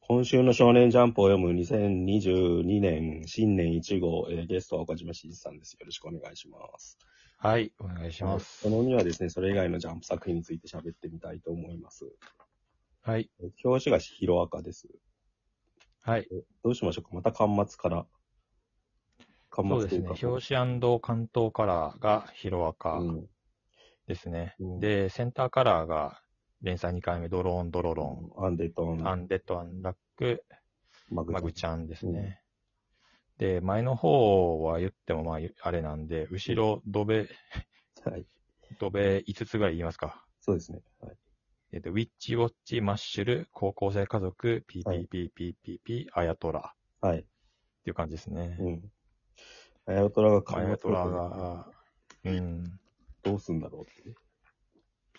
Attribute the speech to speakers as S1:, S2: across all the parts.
S1: 今週の少年ジャンプを読む2022年新年1号、えーゲストは岡島真司さんです。よろしくお願いします。
S2: はい、お願いします。
S1: この2はですね、それ以外のジャンプ作品について喋ってみたいと思います。
S2: はい、
S1: えー表紙がヒロアカです。
S2: はい。
S1: どうしましょうかまた巻末から。巻
S2: そう
S1: 末
S2: で
S1: とい
S2: す
S1: う
S2: ね
S1: か。。
S2: 表紙関東カラーがヒロアカですね。
S1: うん
S2: で、センターカラーが連載2回目、ドローン、ドロ
S1: う
S2: ロ
S1: ん。アンデト
S2: ン、
S1: ン、
S2: アンデッド、アンラック、
S1: マグ
S2: マグ
S1: チ
S2: ちゃんですね。で、前の方は言ってもまあ、あれなんで、後ろ、ドベ、
S1: ャン。はい。
S2: ドベ5つぐらい言いますか。
S1: そうですね。はい。
S2: えっと、ウィッチ、ウォッチ、マッシュル、高校生家族、
S1: はい
S2: PPPPPP、アヤトラっ
S1: はい。
S2: ていう感じですね。
S1: うん。アヤトラが
S2: ア
S1: 巻末
S2: ヤトラが、うん。
S1: どうすんだろうってね。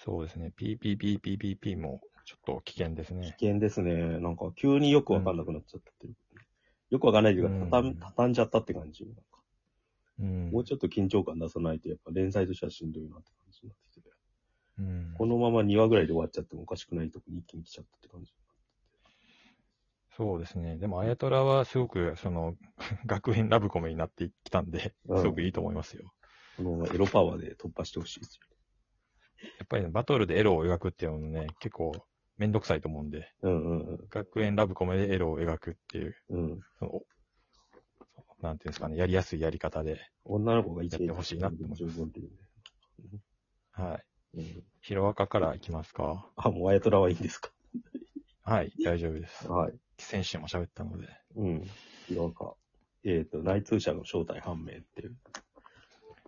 S2: そうですね。PPPPPP もちょっと危険です
S1: 危
S2: ね。
S1: 険ですね。なんか急によくわかんなくなっちゃってる。よくわかんないというか、たた
S2: うん
S1: ん、畳んじゃったって感じ。なんか
S2: うん。
S1: もうちょっと緊張感出さないと、やっぱ連載としてはしんどいなって感じになってきてて。
S2: うん、
S1: このまま2話ぐらいで終わっちゃってもおかしくないとこに一気に来ちゃったって感じ。
S2: そうですね。でも、あやとらはすごく、その、 学園ラブコメになってきたんで、
S1: うん
S2: すごくいいと思いますよ。
S1: このエロパワーで突破してほしいです
S2: やっぱり、ね、バトルでエロを描くっていうのね、結構、めんどくさいと思うんで、
S1: よね。うんうん
S2: 学園ラブコメでエロを描くっていう、
S1: うん。うん。
S2: その、おなんていうんですかね、やりやすいやり方で、
S1: 女の子が一
S2: やってほしいなって思い
S1: 十
S2: ます
S1: 分っていうね。
S2: はい。
S1: うん
S2: ヒロアカからいきますか。
S1: あ、もうあやとらはいいんですか。
S2: はい、大丈夫です。
S1: はい。
S2: 先週も喋ったので。
S1: うん。なんか、えっ、と、内通者の正体判明っていう。
S2: ま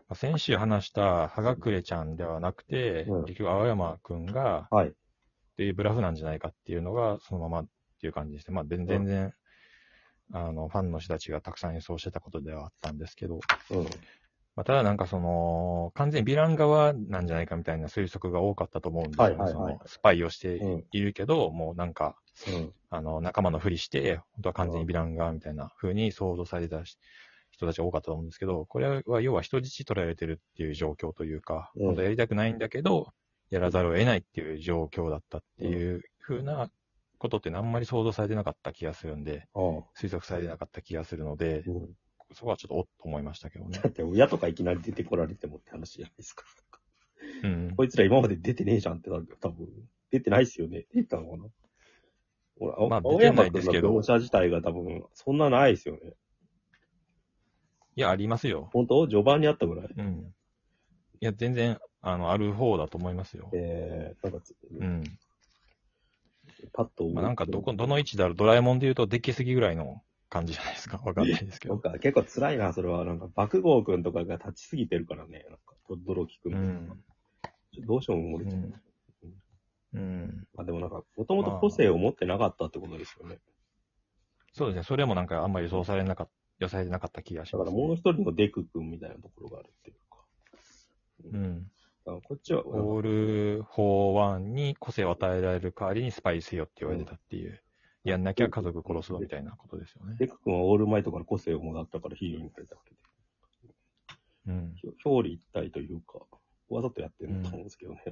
S2: あ先週話した、はがくれちゃんではなくて、
S1: うん
S2: 結局、青山くんが、
S1: はい。
S2: っていうブラフなんじゃないかっていうのが、そのままっていう感じですね。まあ、全全然、あの、ファンの人たちがたくさん予想してたことではあったんですけど、
S1: うん。
S2: まあ、ただなんかその、完全にヴィラン側なんじゃないかみたいな推測が多かったと思うんですよ、
S1: はいはいはい
S2: そのスパイをして
S1: うん。
S2: いるけど、もうなんか、
S1: うん。
S2: あの、仲間のふりして、本当は完全にヴィラン側みたいな風に想像されてたし人たちが多かったと思うんですけど、これは要は人質取られてるっていう状況というか、
S1: うん
S2: 本当はやりたくないんだけど、やらざるを得ないっていう状況だったっていう風なことってあんまり想像されてなかった気がするんで、
S1: ああ。
S2: 推測されてなかった気がするので、
S1: うん
S2: そこはちょっとおっと思いましたけどね
S1: だ。って親とかいきなり出てこられてもって話じゃないですか。
S2: うん。
S1: こいつら今まで出てねえじゃんってなるけど、多分。出てないっすよね。出てたのかなほら、青
S2: まあ
S1: 青
S2: 出て
S1: 山
S2: ない
S1: 君
S2: です
S1: の
S2: けど
S1: 描写自体が多分、そんなないですよね。
S2: いや、ありますよ。
S1: 本当序盤にあったぐらい。
S2: うん。いや、全然、あの、ある方だと思いますよ。
S1: えー、なんかつ、
S2: うん。
S1: パッと思いつく
S2: まあ、なんかどこ、どの位置だろう、ドラえもんで言うと、できすぎぐらいの感じじゃないです か。わかんないですけ
S1: なん
S2: ど。
S1: か結構辛いな、それは。なんか、爆豪くんとかが立ちすぎてるからね。なんか、とどろきく
S2: うん
S1: とか。
S2: ん。
S1: ちょっとどうしても漏
S2: う
S1: れちゃう。
S2: ん。うん。
S1: まあでもなんか、もともと個性を持ってなかったってことですよね。
S2: そうですね。それもなんかあんまり予想されなかった、予想されてなかった気がし
S1: だ
S2: ま
S1: か
S2: す、
S1: らもう一人のデクくんみたいなところがあるっていうか。
S2: うん。
S1: だからこっちは、
S2: オール・フォー・ワンに個性を与えられる代わりにスパイせよって言われてたっていう。やんなきゃ家族殺すぞみたいなことですよね。
S1: デク君はオールマイトから個性をもらったからヒーローになれたわけで
S2: うん。
S1: ひょ、表裏一体というか、わざとやってると思うんですけどね。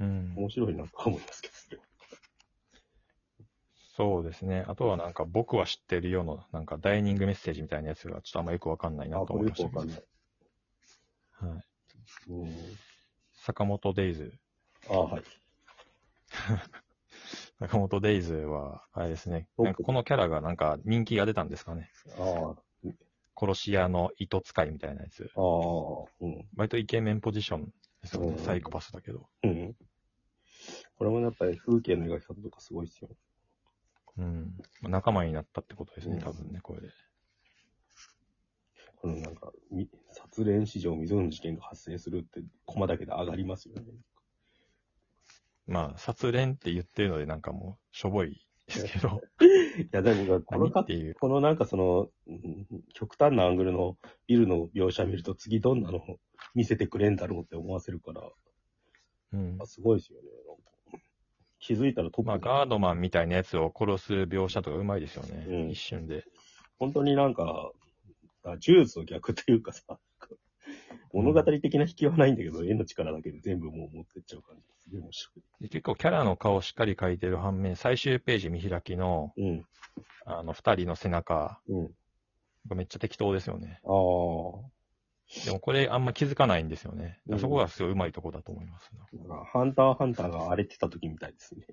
S2: うん。
S1: 面白いなとは思いますけどね。
S2: そうですね。あとはなんか僕は知ってるような、なんかダイニングメッセージみたいなやつがちょっとあんまよくわかんないな
S1: あ、
S2: と
S1: こ
S2: 思
S1: れ
S2: い
S1: よ
S2: ま
S1: く
S2: した
S1: わ
S2: けど。
S1: かん
S2: は
S1: ないい。。うん。
S2: 坂本デイズ
S1: あ、はい。
S2: 中本デイズは、あれですね。
S1: 僕
S2: なんかこのキャラがなんか人気が出たんですかね。
S1: ああ、
S2: 殺し屋の糸使いみたいなやつ。
S1: ああ、うん。
S2: 割とイケメンポジションですよ
S1: うん
S2: ね。サイコパスだけど。
S1: うん。これもやっぱり風景の描き方とかすごいですよ。
S2: うん。まあ仲間になったってことです
S1: う
S2: ね
S1: ん。
S2: 多分ね、これで。
S1: このなんか、み殺練史上未曾有の事件が発生するって、コマだけで上がります よね。
S2: まあ、殺練って言ってるのでなんかもう、しょぼいです けど。
S1: いや、でも、この
S2: 何
S1: か
S2: っていう。
S1: このなんかその、うん極端なアングルのビルの描写見ると次どんなの 見せてくれんだろうって思わせるから、
S2: うん
S1: あ。すごいですよね。なんか気づいたらトップ、
S2: まあ、ガードマンみたいなやつを殺す描写とかうまいですよね。
S1: うん
S2: 一瞬で。
S1: 本当になんか、あジュースの逆というかさ、 物語的な引きはないんだけど、絵の力だけで全部もう持ってっちゃう感じですげえ面白い。
S2: で結構キャラの顔をしっかり描いてる反面、最終ページ見開きの、
S1: うん。
S2: あの、二人の背中
S1: うん。
S2: がめっちゃ適当ですよね。
S1: ああ。
S2: でもこれあんま気づかないんですよね。だ
S1: うん
S2: からそこがすごい上手いとこだと思います。
S1: なんか、ハンターハンターが荒れてた時みたいですね。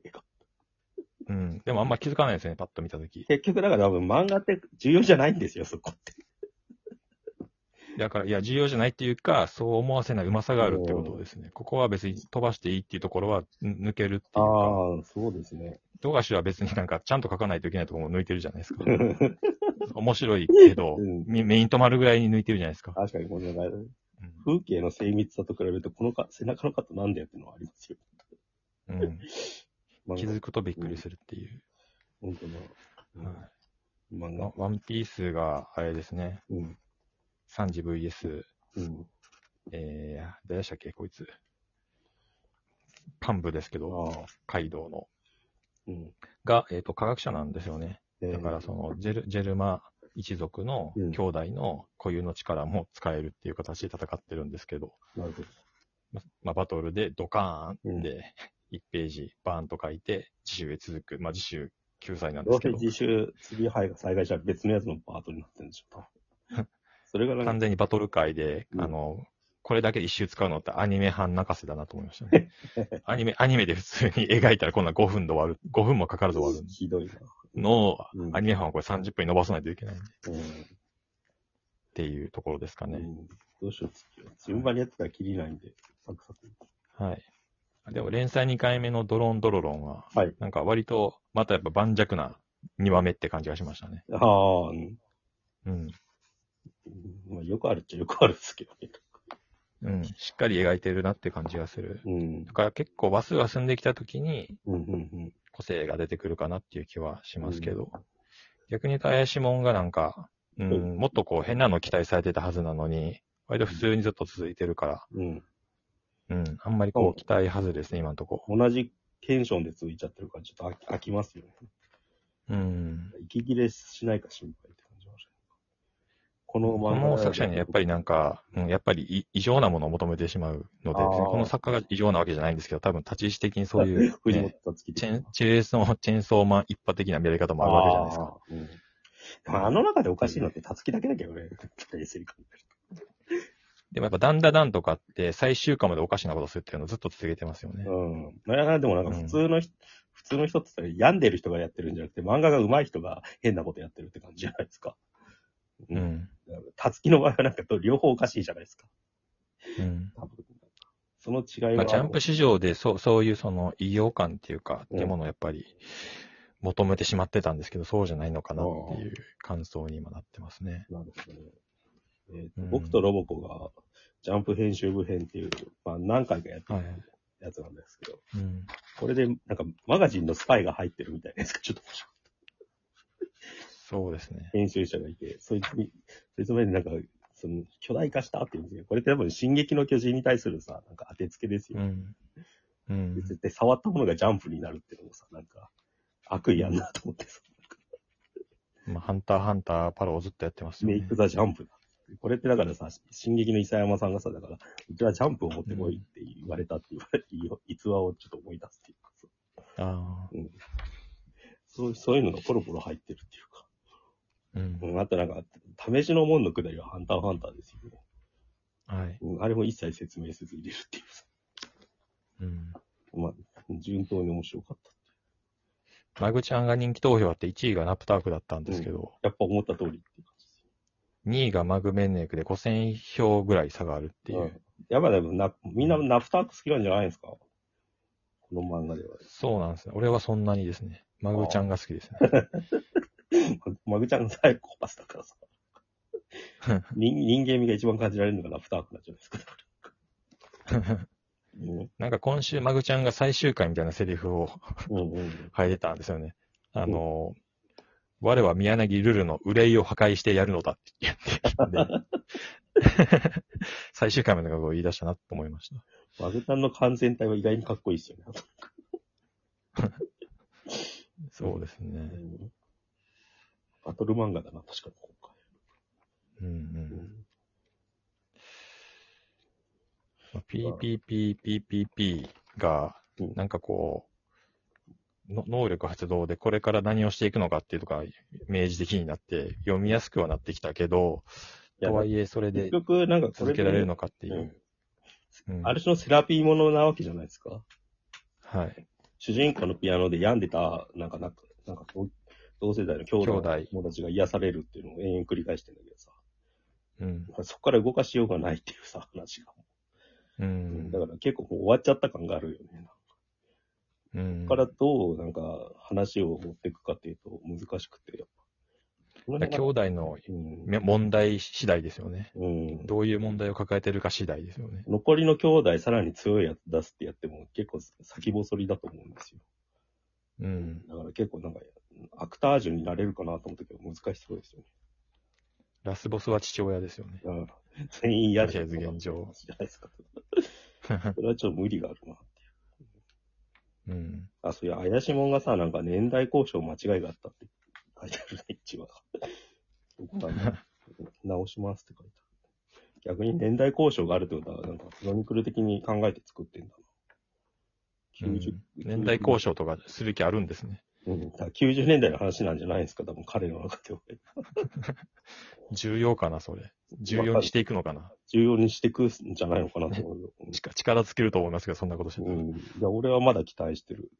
S2: うん。でもあんま気づかないですね、パッと見たとき。
S1: 結局、だから多分漫画って重要じゃないんですよ、そこって。
S2: だから、いや、重要じゃないっていうか、そう思わせないうまさがあるってことですね。ここは別に飛ばしていいっていうところはん抜けるってい
S1: あ
S2: うか、
S1: あ、そうですね。
S2: 富樫は別になんかちゃんと書かないといけないところも抜いてるじゃないです か。面白いけど、
S1: うん
S2: メメイン止まるぐらいに抜いてるじゃないですか。
S1: 確かに、このなんか
S2: うん
S1: 風景の精密さと比べると、このか背中のカットなんだよっていうのはありますよ。
S2: うん、
S1: 漫
S2: 気
S1: 画
S2: づくとびっくりするっていう。
S1: 本当だ。
S2: は
S1: うん漫
S2: い
S1: 画
S2: ワ。ワンピースが、あれですね、
S1: うん。
S2: サンジ VS、
S1: うん。
S2: えー、誰でしたっけ、こいつ。幹部ですけど、
S1: ああ。
S2: カイドウの。
S1: うん。
S2: が、えっ、と、科学者なんですよね。
S1: えー
S2: だから、そのジェル、ジェルマ一族の
S1: うん
S2: 兄弟の固有の力も使えるっていう形で戦ってるんですけど、
S1: なるほど。
S2: ままあ、バトルでドカーンっ
S1: う
S2: て、1ページバーンと書いて、次週へ続く。まあ、次週救済なんで
S1: ど
S2: す
S1: うせ
S2: けど、
S1: 自主、次はい災害者は別のやつのパートになってるんでしょう多 分それがなん
S2: 完
S1: か、
S2: 全にバトル界で、
S1: うん
S2: あの、これだけで一周使うのってアニメ半泣かせだなと思いました ね。アニメ、アニメで普通に描いたらこんな5分で終わる、5分もかからず終わる
S1: ひどいな。
S2: のを、
S1: うん
S2: アニメ版はこれ30分に伸ばさないといけないっ
S1: うん
S2: ていうところですかね。
S1: うんどうしよう、次は。順番にやってたら切りないんで、サクサク。
S2: はい。でも連載2回目のドローンドロロンは、
S1: はい
S2: なんか割と、またやっぱ盤石な2話目って感じがしましたね。
S1: ああ、うん。
S2: うん。
S1: まあ、よくあるっちゃよくあるっすけどね。
S2: うん。しっかり描いてるなって感じがする。
S1: うん
S2: だ。から結構話数が進んできた時に
S1: うん、うん、うん。
S2: 個性が出てくるかなっていう気はしますけど、逆に言うと林門がなんか、う、
S1: うん
S2: もっとこう変なの期待されてたはずなのに、割と普通にずっと続いてるから、
S1: うん。
S2: うん、あんまりこう期待外れですね、今のとこ。
S1: 同じテンションで続いちゃってるから、ちょっと飽き飽きますよね。
S2: うん。
S1: 息切れしないか心配って感じましたね。この
S2: こ
S1: 漫画
S2: の作者にはやっぱりなんか、うん、やっぱりい異常なものを求めてしまうので、
S1: あー
S2: 別にこの作家が異常なわけじゃないんですけど、多分立ち位置的にそういう、
S1: 藤本
S2: ね
S1: たつき
S2: チェンチェーンソー、チェーンソーマン一派的な見られ方もあるわけじゃないですか。
S1: あーうん、あの中でおかしいのって、たつきだけだけどね。冷静に考える
S2: でもやっぱダンダダンとかって最終回までおかしなことするっていうのをずっと続けてますよね。
S1: うん。いや、でもなんか普通の人、普通の人って言ったら病んでる人がやってるんじゃなくて、漫画が上手い人が変なことやってるって感じじゃないですか。
S2: うん。
S1: たつきの場合はなんかと両方おかしいじゃないですか。
S2: うん
S1: 多分。その違いは。
S2: まあ、ジャンプ市場でそうそういうその異様感っていうか、っていうものをやっぱり求めてしまってたんですけど、そうじゃないのかなっていう感想に今なってますね。
S1: なんですかね。えーと
S2: うん
S1: 僕とロボコが、ジャンプ編集部編っていう、まあ何回かやって
S2: はい
S1: る
S2: はい。
S1: やつなんですけど、
S2: うん
S1: これで、なんか、マガジンのスパイが入ってるみたいな やつが、ちょっと面白い
S2: そうですね。
S1: 編集者がいて、そいつに、そいつまでなんか、その、巨大化したって言うんですけど、これって多分、進撃の巨人に対するさ、なんか当てつけですよ。
S2: うん。うん
S1: で。絶対触ったものがジャンプになるっていうのもさ、なんか、悪意あんなと思ってさ、
S2: まあ、ハンターハンターパロをずっとやってますよ
S1: メ
S2: ね。
S1: イクザジャンプだ。これってだからさ、進撃の伊佐山さんがさ、だから、うちはジャンプを持ってこいって言われたっていう、 逸話をちょっと思い出すっていうかさ、
S2: あ
S1: そうそういうのがポロポロ入ってるっていうか。
S2: あ。うん。
S1: うん、あとなんか、試しの門のくだりはハンターハンターですよね。
S2: はい。
S1: うん、あれも一切説明せず入れるっていうさ。
S2: うん。
S1: まあ、順当に面白かった。
S2: マグちゃんが人気投票あって1位がナプタークだったんですけど、
S1: やっぱ思った通りっていう感じです
S2: 2位がマグメンネクで5000票ぐらい差があるっていう。
S1: うんやっぱでもな、みんなナフターク好きなんじゃないですかこの漫画では。
S2: そうなんですね。俺はそんなにですね。マグちゃんが好きですね。
S1: マグちゃんのサイコパスだから さ。人人間味が一番感じられるのがナフタークなんじゃないですか。 うん
S2: なんか今週、マグちゃんが最終回みたいなセリフを
S1: うんうん。
S2: 入れたんですよね。あの、我は宮柳ルルの憂いを破壊してやるのだって言ってた んで、最終回までが言い出したなと思いました。
S1: マグちゃんの完全体は意外にかっこいいですよね。
S2: そうですね
S1: う。んバトル漫画だな、確かに今
S2: うんう。
S1: 回。うんん
S2: PPPPPP が、
S1: うん
S2: なんかこう、の能力発動でこれから何をしていくのかっていうとか、明示的になって、読みやすくはなってきたけど、
S1: いや
S2: とはいえ、それ
S1: 結
S2: で
S1: 局、なんかこ
S2: 続
S1: れ
S2: け
S1: で
S2: られるのかっていう。
S1: うん
S2: うん
S1: ある種のセラピーものなわけじゃないですか。
S2: はい。
S1: 主人公のピアノで病んでた、なんか、なんか、なんか同同世代の兄弟
S2: 兄弟
S1: 友達が癒されるっていうのを延々繰り返してんだけどさ、
S2: うん。
S1: まあそこから動かしようがないっていうさ、話が。
S2: うん
S1: だ。から結構もう終わっちゃった感があるよね。
S2: うん
S1: ここからどう、なんか、話を持っていくかっていうと難しくて、やっぱ。
S2: 兄弟の
S1: うん
S2: め問題次第ですよね。
S1: うん。
S2: どういう問題を抱えてるか次第ですよね。
S1: 残りの兄弟さらに強いやつ出すってやっても結構先細りだと思うんですよ。
S2: うん。
S1: だから結構なんか、アクタージュになれるかなと思ったけど難しそうですよね。
S2: ラスボスは父親ですよね。
S1: うん全員嫌
S2: とりあえず現状
S1: じゃないですか。それはちょっと無理があるな。
S2: うん。
S1: あ、そういう怪しいもんがさ、なんか年代交渉間違いがあったって書いてあるね、一 話。どこかな直しますって書いてある。逆に年代交渉があるってことは、なんかクロニクル的に考えて作ってんだな。90
S2: うん年代交渉とかする気あるんですね。
S1: うん、だから90年代の話なんじゃないですか、多分彼の中では。
S2: 重要かな、それ。重要にしていくのかな。
S1: 重要にしていくんじゃないのかなと思うよ。
S2: 力力尽きると思いますけど、そんなことしてた
S1: う
S2: ら
S1: ん。いや、俺はまだ期待してる。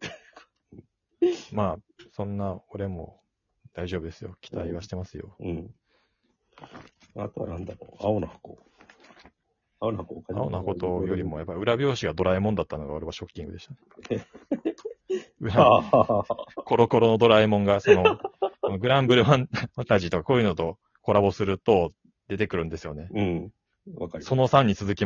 S2: まあ、そんな俺も大丈夫ですよ。期待はしてますよ。
S1: うん。あとはなんだろう、青の箱。青の箱お金
S2: 青なことよりも、やっぱり裏表紙がドラえもんだったのが俺はショッキングでしたね。裏
S1: ああ、
S2: コロコロのドラえもんが、その、 このグランブルファンファンタジーとかこういうのとコラボすると出てくるんですよね。
S1: うん。わかります
S2: その3に続き